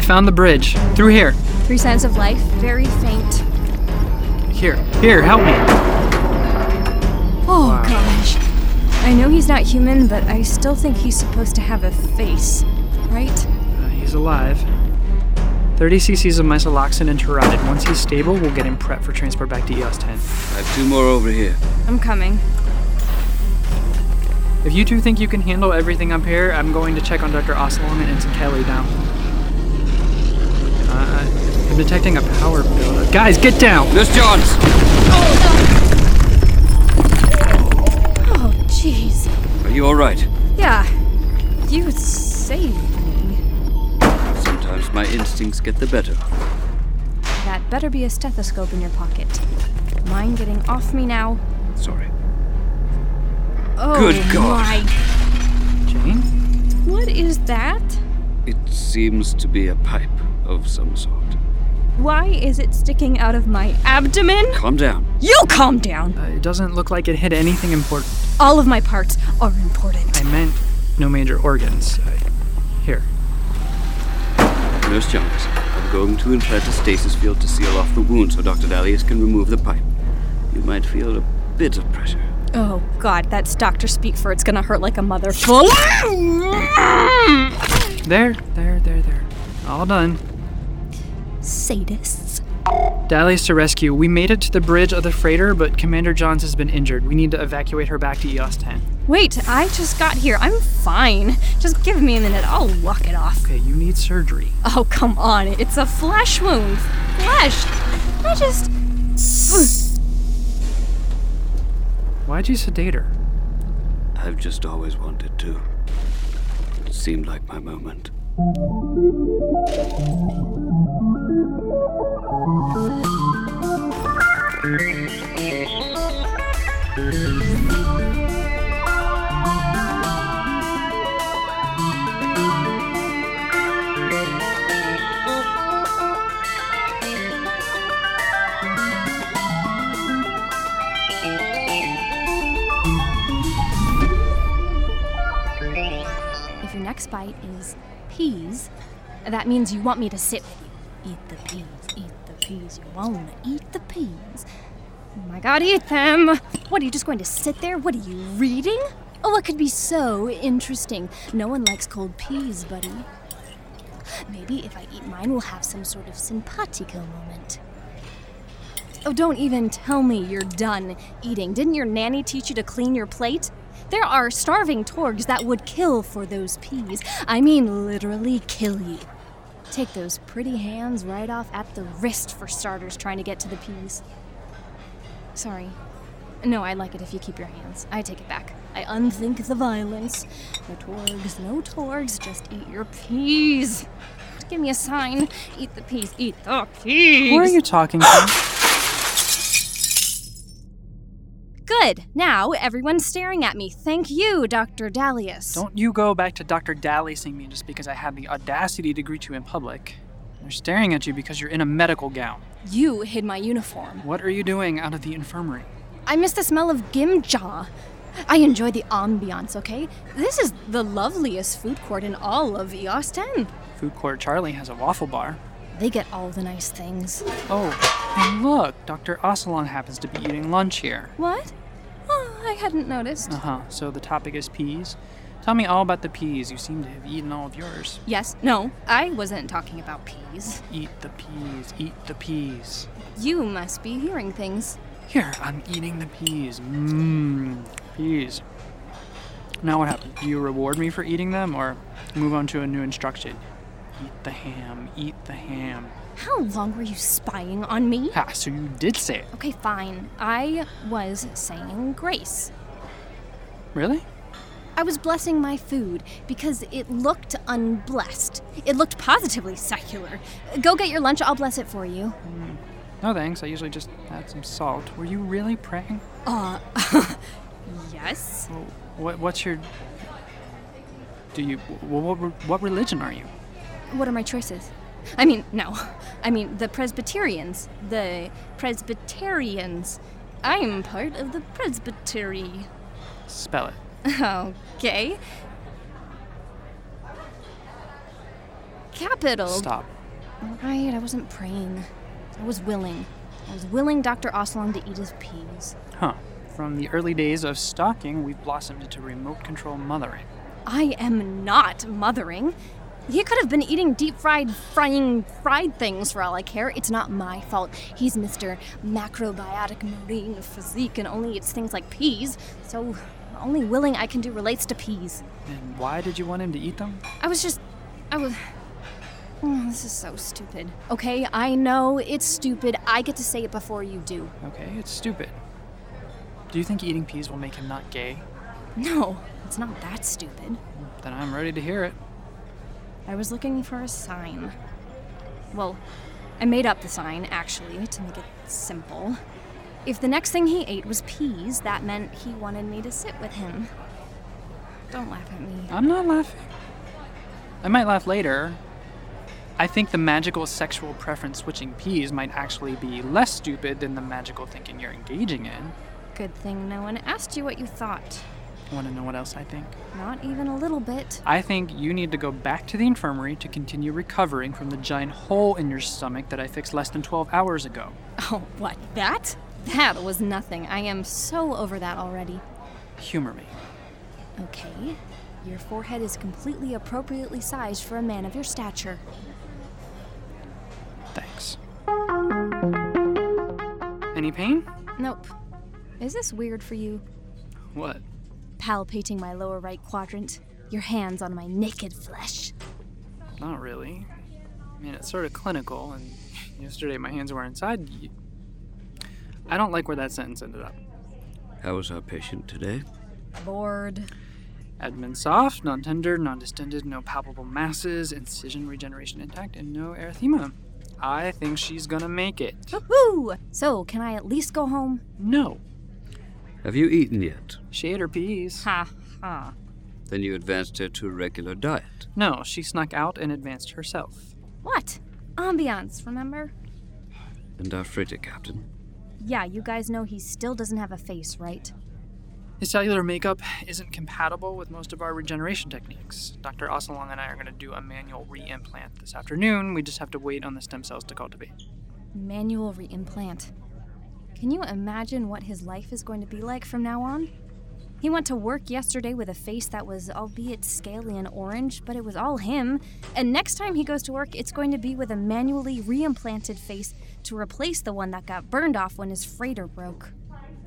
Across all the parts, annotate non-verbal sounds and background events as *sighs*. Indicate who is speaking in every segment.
Speaker 1: found the bridge. Through here.
Speaker 2: Three signs of life, very faint.
Speaker 1: Here. Here, help me.
Speaker 2: Oh gosh. I know he's not human, but I still think he's supposed to have a face, right?
Speaker 1: Uh, he's alive. 30 cc's of misaloxin and taurodin. Once he's stable, we'll get him prepped for transport back to E EOS 10.
Speaker 3: I have two more over here.
Speaker 2: I'm coming.
Speaker 1: If you two think you can handle everything up here, I'm going to check on Dr. Oslong and Ensign Kelly now. Uh, I'm detecting a power buildup. Guys, get down!
Speaker 3: Nurse Johns!
Speaker 2: Oh jeez.
Speaker 3: Are you alright?
Speaker 2: Yeah. You saved me.
Speaker 3: Sometimes my instincts get the better.
Speaker 2: That better be a stethoscope in your pocket. Mine getting off me now.
Speaker 3: Sorry.
Speaker 2: Oh
Speaker 3: Good God.
Speaker 2: my.
Speaker 1: Jane?
Speaker 2: What is that?
Speaker 3: It seems to be a pipe of some sort.
Speaker 2: Why is it sticking out of my abdomen?
Speaker 3: Calm down.
Speaker 2: You calm down.
Speaker 1: Uh, it doesn't look like it hit anything important.
Speaker 2: All of my parts are important.
Speaker 1: I meant no major organs. Uh, here.
Speaker 3: Nurse Johns, I'm going to implant a stasis field to seal off the wound so Dr. Dalius can remove the pipe. You might feel a bit of pressure.
Speaker 2: Oh god, that's doctor speak for it's gonna hurt like a mother. Sadists.
Speaker 1: There, there, there, there. All done. Dally's to rescue. We made it to the bridge of the freighter, but Commander Johns has been injured. We need to evacuate her back to E EOS 10.
Speaker 2: Wait, I just got here. I'm fine. Just give me a minute. I'll walk it off.
Speaker 1: Okay, you need surgery.
Speaker 2: Oh, come on. It's a flesh wound. Flesh. I just.
Speaker 1: Why'd you sedate her?
Speaker 3: I've just always wanted to. It seemed like my moment.
Speaker 2: If your next bite is peas, that means you want me to sit with you. Eat the peas, eat the peas. You wanna eat the peas. Oh my god, eat them! What are you just going to sit there? What are you reading? Oh, it could be so interesting. No one likes cold peas, buddy. Maybe if I eat mine, we'll have some sort of simpatico moment. Oh, don't even tell me you're done eating. Didn't your nanny teach you to clean your plate? There are starving torgs that would kill for those peas. I mean, literally kill you. Take those pretty hands right off at the wrist for starters trying to get to the peas. Sorry. No, I like it if you keep your hands. I take it back. I unthink the violence. No torgs, no torgs, just eat your peas. Just give me a sign. Eat the peas, eat the peas.
Speaker 1: Who are you talking to?
Speaker 2: Good. Now everyone's staring at me. Thank you, Dr.
Speaker 1: *coughs*
Speaker 2: Dalius.
Speaker 1: Don't you go back to Dr. Dally seeing me just because I had the audacity to greet you in public. They're staring at you because you're in a medical gown.
Speaker 2: You hid my uniform.
Speaker 1: What are you doing out of the infirmary?
Speaker 2: I miss the smell of gimja. I enjoy the ambiance, okay? This is the loveliest food court in all of EOS 10.
Speaker 1: Food court Charlie has a waffle bar.
Speaker 2: They get all the nice things.
Speaker 1: Oh, and look, Dr. Ocelon happens to be eating lunch here.
Speaker 2: What? Oh, I hadn't noticed.
Speaker 1: Uh huh. So the topic is peas. Tell me all about the peas. You seem to have eaten all of yours.
Speaker 2: Yes, no, I wasn't talking about peas.
Speaker 1: Eat the peas. Eat the peas.
Speaker 2: You must be hearing things.
Speaker 1: Here, I'm eating the peas. Mmm, peas. Now what happened? Do you reward me for eating them or move on to a new instruction? Eat the ham, eat the ham.
Speaker 2: How long were you spying on me?
Speaker 1: Ha, so you did say it.
Speaker 2: Okay, fine. I was saying grace.
Speaker 1: Really?
Speaker 2: I was blessing my food because it looked unblessed. It looked positively secular. Go get your lunch, I'll bless it for you.
Speaker 1: No thanks, I usually just add some salt. Were you really praying?
Speaker 2: Uh, yes?
Speaker 1: Well, What, what's your. Do you. What, what, what religion are you?
Speaker 2: What are my choices? I mean, no. I mean, the Presbyterians. The Presbyterians. I am part of the Presbytery.
Speaker 1: Spell it.
Speaker 2: Okay. Capital
Speaker 1: Stop.
Speaker 2: All right, I wasn't praying. I was willing. I was willing Dr. Ocelon to eat his peas.
Speaker 1: Huh. From the early days of stalking, we've blossomed into remote control mothering.
Speaker 2: I am not mothering. He could have been eating deep fried, frying, fried things for all I care. It's not my fault. He's Mr. Macrobiotic Marine Physique and only eats things like peas, so the only willing I can do relates to peas.
Speaker 1: And why did you want him to eat them?
Speaker 2: I was just. I was. Oh, this is so stupid. Okay, I know it's stupid. I get to say it before you do.
Speaker 1: Okay, it's stupid. Do you think eating peas will make him not gay?
Speaker 2: No, it's not that stupid.
Speaker 1: Then I'm ready to hear it.
Speaker 2: I was looking for a sign. Well, I made up the sign, actually, to make it simple. If the next thing he ate was peas, that meant he wanted me to sit with him. Don't laugh at me.
Speaker 1: I'm not laughing. I might laugh later. I think the magical sexual preference switching peas might actually be less stupid than the magical thinking you're engaging in.
Speaker 2: Good thing no one asked you what you thought.
Speaker 1: Want to know what else I think?
Speaker 2: Not even a little bit. *laughs*
Speaker 1: I think you need to go back to the infirmary to continue recovering from the giant hole in your stomach that I fixed less than 12 hours ago.
Speaker 2: Oh, what? That? That was nothing. I am so over that already.
Speaker 1: Humor me.
Speaker 2: Okay. Your forehead is completely appropriately sized for a man of your stature.
Speaker 1: Thanks. Any pain?
Speaker 2: Nope. Is this weird for you?
Speaker 1: What?
Speaker 2: Palpating my lower right quadrant, your hands on my naked flesh.
Speaker 1: Not really. I mean, it's sort of clinical, and *laughs* yesterday my hands were inside. You. I don't like where that sentence ended up.
Speaker 3: How was our patient today?
Speaker 2: Bored.
Speaker 1: Admin soft, non tender, non distended, no palpable masses, incision regeneration intact, and no erythema. I think she's gonna make it.
Speaker 2: Woohoo! So, can I at least go home?
Speaker 1: No,
Speaker 3: Have you eaten yet?
Speaker 1: she ate her peas.
Speaker 2: Ha ha.
Speaker 3: Then you advanced her to a regular diet.
Speaker 1: No, she snuck out and advanced herself.
Speaker 2: What? Ambiance, remember?
Speaker 3: And our freighter captain.
Speaker 2: Yeah, you guys know he still doesn't have a face, right?
Speaker 1: His cellular makeup isn't compatible with most of our regeneration techniques. Dr. Ocelong and I are going to do a manual reimplant this afternoon. We just have to wait on the stem cells to cultivate.
Speaker 2: Manual reimplant. Can you imagine what his life is going to be like from now on? He went to work yesterday with a face that was, albeit scaly and orange, but it was all him. And next time he goes to work, it's going to be with a manually reimplanted face to replace the one that got burned off when his freighter broke.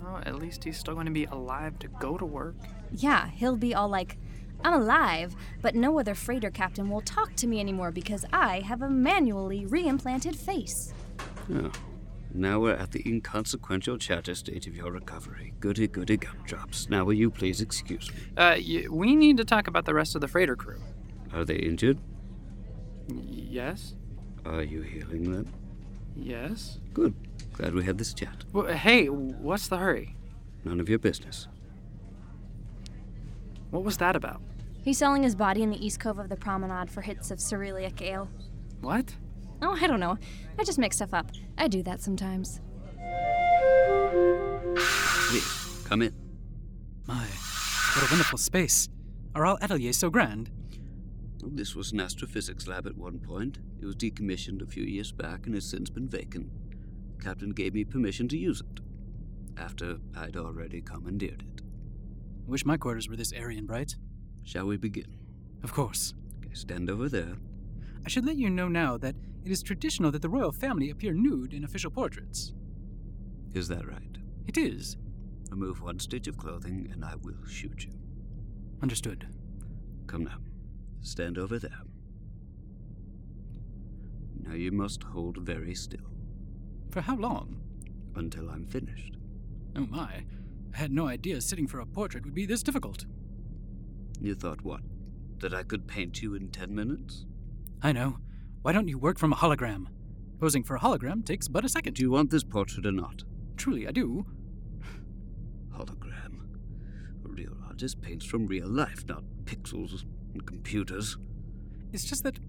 Speaker 1: Well, at least he's still going to be alive to go to work.
Speaker 2: Yeah, he'll be all like, I'm alive, but no other freighter captain will talk to me anymore because I have a manually reimplanted face.
Speaker 3: Oh. Now we're at the inconsequential chatter stage of your recovery. Goody, goody gumdrops. Now will you please excuse me?
Speaker 1: Uh, y- we need to talk about the rest of the freighter crew.
Speaker 3: Are they injured?
Speaker 1: Y- yes?
Speaker 3: Are you healing them?
Speaker 1: Yes?
Speaker 3: Good. Glad we had this chat.
Speaker 1: Well, hey, what's the hurry?
Speaker 3: None of your business.
Speaker 1: What was that about?
Speaker 2: He's selling his body in the east cove of the promenade for hits of cerealic ale.
Speaker 1: What?
Speaker 2: Oh, I don't know. I just make stuff up. I do that sometimes.
Speaker 3: Please, come in.
Speaker 4: My, what a wonderful space. Are all ateliers so grand?
Speaker 3: This was an astrophysics lab at one point. It was decommissioned a few years back and has since been vacant. The captain gave me permission to use it. After I'd already commandeered it.
Speaker 4: Wish my quarters were this airy and bright.
Speaker 3: Shall we begin?
Speaker 4: Of course.
Speaker 3: Okay, stand over there.
Speaker 4: I should let you know now that it is traditional that the royal family appear nude in official portraits.
Speaker 3: Is that right?
Speaker 4: It is.
Speaker 3: Remove one stitch of clothing and I will shoot you.
Speaker 4: Understood.
Speaker 3: Come now. Stand over there. Now you must hold very still
Speaker 4: For how long?
Speaker 3: until I'm finished.
Speaker 4: Oh my. I had no idea sitting for a portrait would be this difficult.
Speaker 3: You thought what? That I could paint you in ten minutes?
Speaker 4: I know. Why don't you work from a hologram? Posing for a hologram takes but a second.
Speaker 3: Do you want this portrait or not?
Speaker 4: Truly, I do.
Speaker 3: Hologram. A real artist paints from real life, not pixels and computers.
Speaker 4: It's just that the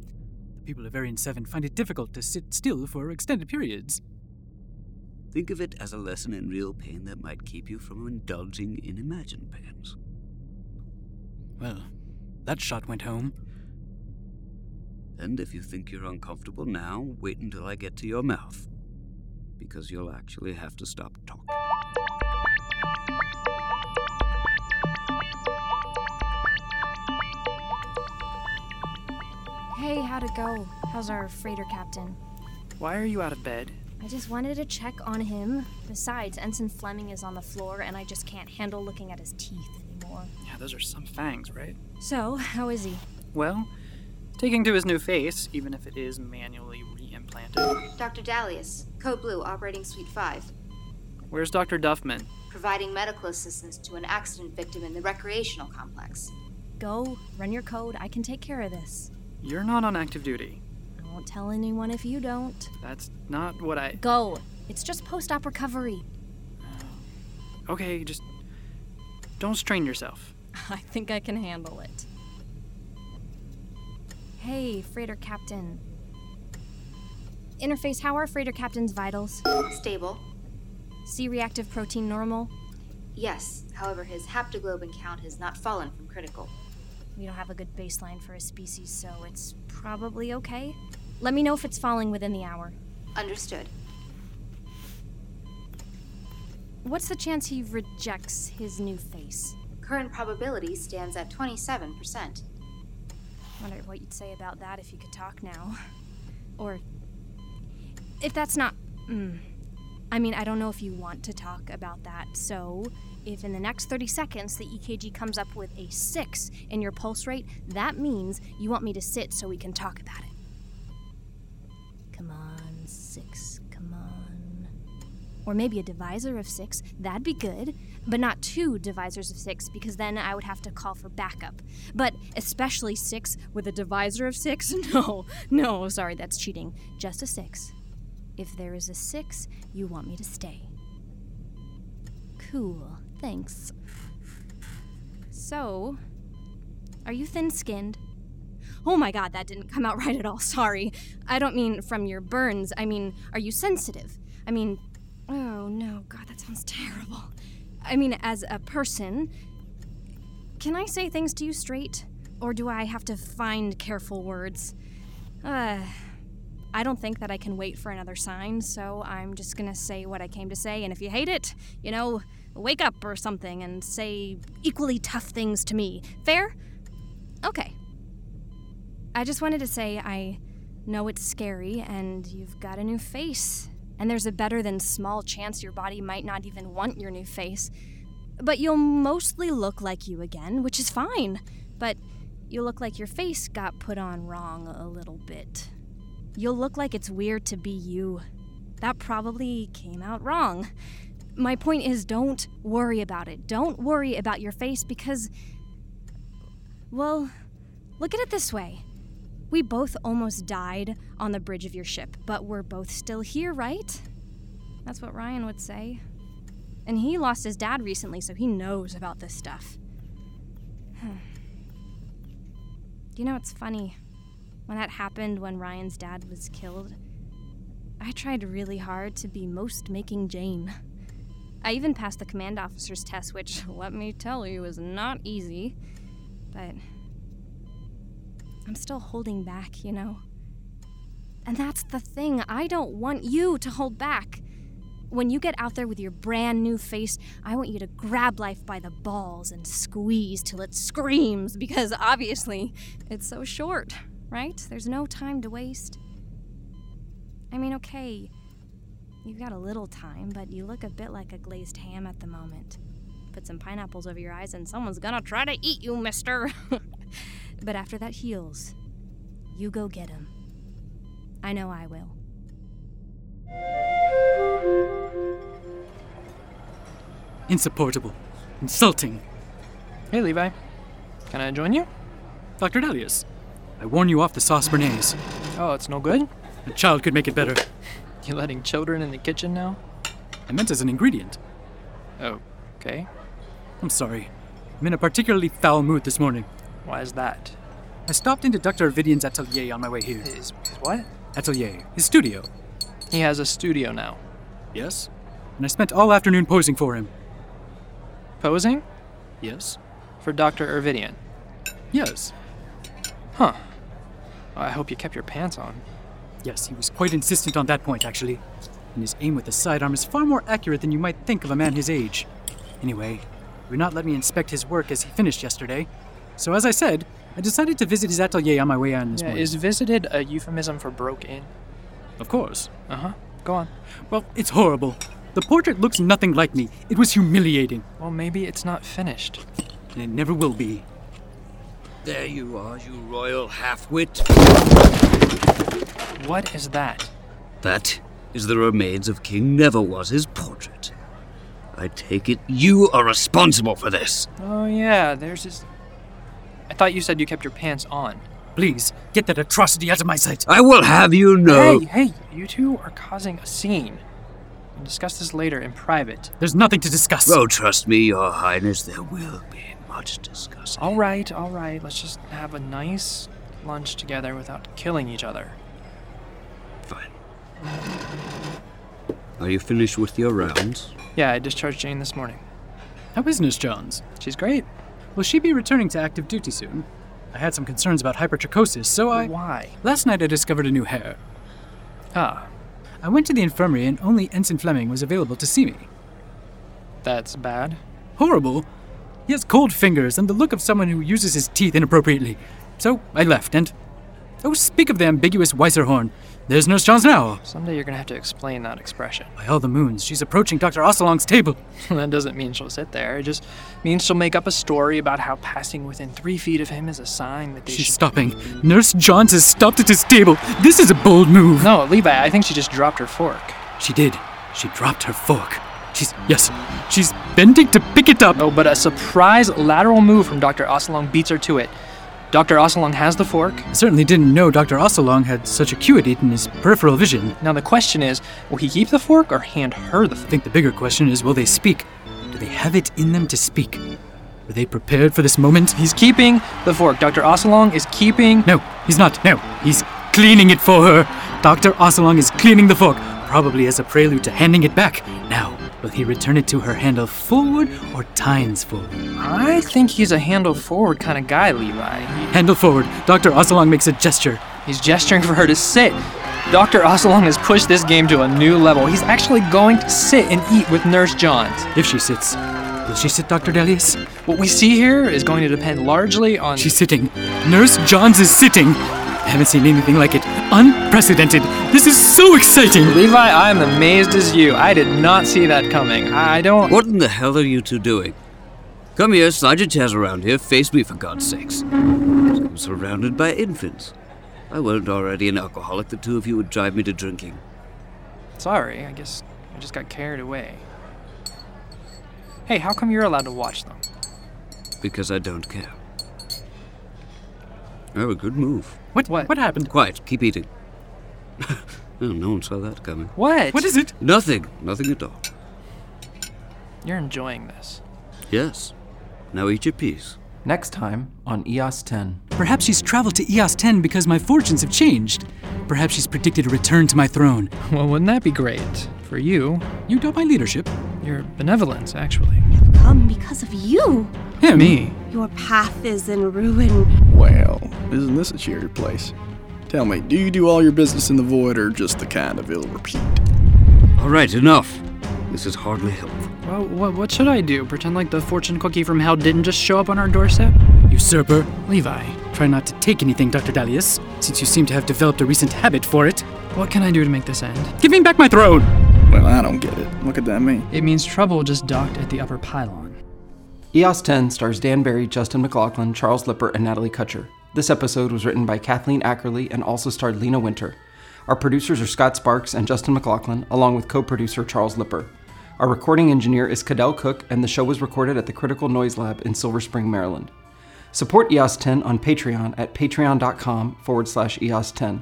Speaker 4: people of Arian 7 find it difficult to sit still for extended periods.
Speaker 3: Think of it as a lesson in real pain that might keep you from indulging in imagined pains.
Speaker 4: Well, that shot went home.
Speaker 3: And if you think you're uncomfortable now, wait until I get to your mouth. Because you'll actually have to stop talking.
Speaker 2: Hey, how'd it go? How's our freighter captain?
Speaker 5: Why are you out of bed?
Speaker 2: I just wanted to check on him. Besides, Ensign Fleming is on the floor, and I just can't handle looking at his teeth anymore.
Speaker 5: Yeah, those are some fangs, right?
Speaker 2: So, how is he?
Speaker 5: Well, taking to his new face, even if it is manually re implanted.
Speaker 6: Dr. Dalius, Code Blue, Operating Suite 5,
Speaker 5: Where's Dr. Duffman?
Speaker 6: providing medical assistance to an accident victim in the recreational complex.
Speaker 2: Go, run your code. I can take care of this.
Speaker 5: You're not on active duty.
Speaker 2: I won't tell anyone if you don't.
Speaker 5: That's not what I.
Speaker 2: Go. It's just post op recovery.
Speaker 5: Okay, just. Don't strain yourself.
Speaker 2: *laughs* I think I can handle it. Hey, freighter captain. Interface, how are freighter captain's vitals?
Speaker 6: Stable,
Speaker 2: C reactive protein normal?
Speaker 6: yes, however, his haptoglobin count has not fallen from critical.
Speaker 2: We don't have a good baseline for a species, so it's probably okay. Let me know if it's falling within the hour.
Speaker 6: Understood.
Speaker 2: What's the chance he rejects his new face?
Speaker 6: Current probability stands at 27%.
Speaker 2: Wonder what you'd say about that if you could talk now. Or if that's not. Mm, I mean, I don't know if you want to talk about that, so if in the next 30 seconds the EKG comes up with a 6 in your pulse rate, that means you want me to sit so we can talk about it. Come on, 6, come on. Or maybe a divisor of 6, that'd be good, but not two divisors of 6 because then I would have to call for backup. But especially 6 with a divisor of 6? *laughs* No, no, sorry, that's cheating. Just a 6. If there is a six, you want me to stay. Cool, thanks. So, are you thin skinned? Oh my god, that didn't come out *laughs* right at all, sorry. I don't mean from your burns, I mean, are you sensitive? I mean, oh no, god, that sounds terrible. I mean, as a person, can I say things to you straight? Or do I have to find careful words? Uh, I don't think that I can wait for another sign, so I'm just gonna say what I came to say, and if you hate it, you know, wake up or something and say equally tough things to me. Fair? Okay. I just wanted to say I know it's scary, and you've got a new face, and there's a better than small chance your body might not even want your new face. But you'll mostly look like you again, which is fine. But you look like your face got put on wrong a little bit. You'll look like it's weird to be you. That probably came out wrong. My point is don't worry about it. Don't worry about your face because. Well, look at it this way. We both almost died on the bridge of your ship, but we're both still here, right? That's what Ryan would say. And he lost his dad recently, so he knows about this stuff. *sighs* you know, it's funny. When that happened, when Ryan's dad was killed, I tried really hard to be most making Jane. I even passed the command officer's test, which, let me tell you, is not easy. But I'm still holding back, you know? And that's the thing, I don't want you to hold back. When you get out there with your brand new face, I want you to grab life by the balls and squeeze till it screams, because obviously it's so short, right? There's no time to waste. I mean, okay, you've got a little time, but you look a bit like a glazed ham at the moment. Put some pineapples over your eyes, and someone's gonna try to eat you, mister! *laughs* but after that heals, you go get him. I know I will.
Speaker 1: Insupportable. Insulting.
Speaker 5: Hey, Levi. Can I join you?
Speaker 1: Dr. Dalius, I warn you off the sauce bernaise.
Speaker 5: Oh, it's no good? *laughs*
Speaker 1: A child could make it better.
Speaker 5: You're letting children in the kitchen now?
Speaker 1: I meant as an ingredient.
Speaker 5: Okay.
Speaker 1: I'm sorry. I'm in a particularly foul mood this morning.
Speaker 5: Why is that?
Speaker 1: I stopped into Dr. Ovidian's atelier on my way here.
Speaker 5: Is, is what?
Speaker 1: Atelier, his studio.
Speaker 5: He has a studio now.
Speaker 1: Yes? And I spent all afternoon posing for him.
Speaker 5: Posing?
Speaker 1: Yes?
Speaker 5: For Dr. Ervidian.
Speaker 1: Yes.
Speaker 5: Huh. Oh, I hope you kept your pants on.
Speaker 1: Yes, he was quite insistent on that point, actually. And his aim with the sidearm is far more accurate than you might think of a man his age. Anyway, he would not let me inspect his work as he finished yesterday. So, as I said, I decided to visit his atelier on my way on this
Speaker 5: Yeah,
Speaker 1: morning.
Speaker 5: is visited a euphemism for broke in?
Speaker 1: Of course.
Speaker 5: Uh huh. Go on.
Speaker 1: Well, it's horrible. The portrait looks nothing like me. It was humiliating,
Speaker 5: Well, maybe it's not finished.
Speaker 1: and it never will be.
Speaker 3: There you are, you royal half-wit.
Speaker 5: What is that?
Speaker 3: That is the remains of King Never was his portrait. I take it you are responsible for this.
Speaker 5: Oh, yeah, there's this. I thought you said you kept your pants on.
Speaker 1: Please, get that atrocity out of my sight.
Speaker 3: I will have you know.
Speaker 5: Hey, hey, you two are causing a scene. We'll discuss this later in private.
Speaker 1: There's nothing to discuss.
Speaker 3: Oh, trust me, Your Highness, there will be much discussing.
Speaker 5: All right, all right, let's just have a nice lunch together without killing each other.
Speaker 3: Fine. Are you finished with your rounds?
Speaker 5: Yeah, I discharged Jane this morning.
Speaker 1: How is Nurse Jones?
Speaker 5: She's great.
Speaker 1: Will she be returning to active duty soon? I had some concerns about hypertrichosis, so I.
Speaker 5: Why?
Speaker 1: Last night I discovered a new hair.
Speaker 5: Ah,
Speaker 1: I went to the infirmary and only Ensign Fleming was available to see me.
Speaker 5: that's bad.
Speaker 1: Horrible! He has cold fingers and the look of someone who uses his teeth inappropriately. So I left and. Oh, speak of the ambiguous Weiserhorn. There's Nurse Jones now.
Speaker 5: Someday you're gonna have to explain that expression. *laughs*
Speaker 1: By all the moons, she's approaching Dr. Ocelong's table.
Speaker 5: that doesn't mean she'll sit there. It just means she'll make up a story about how passing within three feet of him is a sign that they
Speaker 1: She's
Speaker 5: should.
Speaker 1: stopping. Nurse Johns has stopped at his table. This is a bold move.
Speaker 5: No, Levi, I think she just dropped her fork.
Speaker 1: She did. She dropped her fork. She's, yes, she's bending to pick it up.
Speaker 5: Oh, but a surprise lateral move from Dr. Ocelong beats her to it. Dr. Ocelong has the fork.
Speaker 1: I certainly didn't know Dr. Ocelong had such acuity in his peripheral vision.
Speaker 5: Now the question is, will he keep the fork or hand her the
Speaker 1: I
Speaker 5: fork?
Speaker 1: think the bigger question is will they speak? Do they have it in them to speak? Were they prepared for this moment?
Speaker 5: He's keeping the fork. Dr. Ocelong is keeping.
Speaker 1: No, he's not. No, he's cleaning it for her. Dr. Ocelong is cleaning the fork, probably as a prelude to handing it back. Now, will he return it to her handle forward or tines forward?
Speaker 5: I think he's a handle forward kind of guy, Levi.
Speaker 1: Handle forward. Dr. Ocelong makes a gesture.
Speaker 5: He's gesturing for her to sit. Dr. Ocelong has pushed this game to a new level. He's actually going to sit and eat with Nurse Johns.
Speaker 1: If she sits, will she sit, Dr. Delius?
Speaker 5: What we see here is going to depend largely on.
Speaker 1: She's sitting. Nurse Johns is sitting. I haven't seen anything like it. Unprecedented. This is so exciting.
Speaker 5: Levi, I am amazed as you. I did not see that coming. I don't.
Speaker 3: What in the hell are you two doing? Come here, slide your chairs around here, face me for God's sakes. I'm surrounded by infants. I weren't already an alcoholic, the two of you would drive me to drinking.
Speaker 5: Sorry, I guess I just got carried away. Hey, how come you're allowed to watch them?
Speaker 3: Because I don't care. Oh, a good move.
Speaker 1: What?
Speaker 5: What?
Speaker 1: What happened?
Speaker 3: Quiet, keep eating. *laughs* oh, no one saw that coming.
Speaker 5: What?
Speaker 1: What is it?
Speaker 3: Nothing, nothing at all.
Speaker 5: You're enjoying this.
Speaker 3: Yes. Now eat your piece.
Speaker 7: Next time on EOS 10.
Speaker 1: Perhaps she's traveled to EOS 10 because my fortunes have changed. Perhaps she's predicted a return to my throne.
Speaker 5: *laughs* Well, wouldn't that be great? For you,
Speaker 1: You doubt my leadership?
Speaker 5: your benevolence, actually.
Speaker 8: Come Um, because of you.
Speaker 1: Him?
Speaker 5: Me.
Speaker 8: Your path is in ruin.
Speaker 9: Well, isn't this a cheery place? Tell me, do you do all your business in the void or just the kind of ill repute?
Speaker 3: All right, enough. This is hardly helpful.
Speaker 5: Well, what, what should I do? Pretend like the fortune cookie from hell didn't just show up on our doorstep?
Speaker 1: Usurper.
Speaker 5: Levi,
Speaker 1: Try not to take anything, Dr. Dalius, since you seem to have developed a recent habit for it.
Speaker 5: what can I do to make this end?
Speaker 1: Give me back my throne!
Speaker 9: Well, I don't get it. What could that mean?
Speaker 5: It means trouble just docked at the upper pylon.
Speaker 7: EOS 10 stars Dan Barry, Justin McLaughlin, Charles Lipper, and Natalie Kutcher. This episode was written by Kathleen Ackerley and also starred Lena Winter. Our producers are Scott Sparks and Justin McLaughlin, along with co producer Charles Lipper. Our recording engineer is Cadell Cook, and the show was recorded at the Critical Noise Lab in Silver Spring, Maryland. Support E EOS 10 on Patreon at patreon.com forward slash E EOS 10.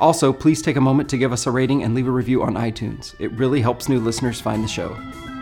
Speaker 7: Also, please take a moment to give us a rating and leave a review on iTunes. It really helps new listeners find the show.